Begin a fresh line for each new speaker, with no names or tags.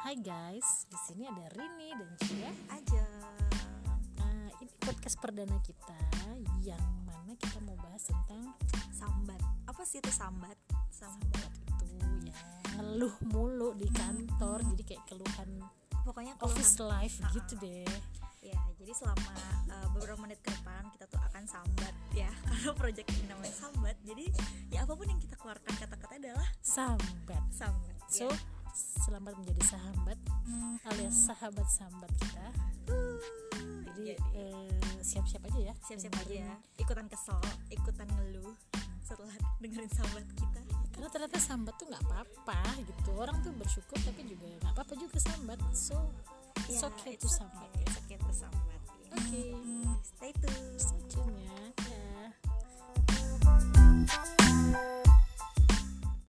Hai guys, di sini ada Rini dan juga
aja
nah, ini podcast perdana kita yang mana kita mau bahas tentang
sambat apa sih itu sambat sambat
sambat itu ya ngeluh mulu di kantor jadi kayak keluhan
pokoknya keluhan.
office life gitu deh.
ya jadi selama uh, beberapa menit ke depan kita tuh akan sambat ya karena project ini namanya sambat jadi ya apapun yang kita keluarkan kata-kata adalah
Sambat.
sambat
So,
ya.
selamat menjadi sahabat alias sahabat sambat kita.
Uh,
Jadi
jadi,
eh, siap-siap aja ya.
ya. siap-siap aja
dengerin.
ya ikutan kesel ikutan ngeluh setelah dengerin sambat kita
Karena ternyata sambat tuh nggak apa-apa gitu. Orang tuh bersyukur tapi juga nggak apa-apa juga sambat. So, it's
Ya,
okay
it's
to sambat.
okay, it's okay to sambat ya.
Oke.
stay tune
Stay tune ya.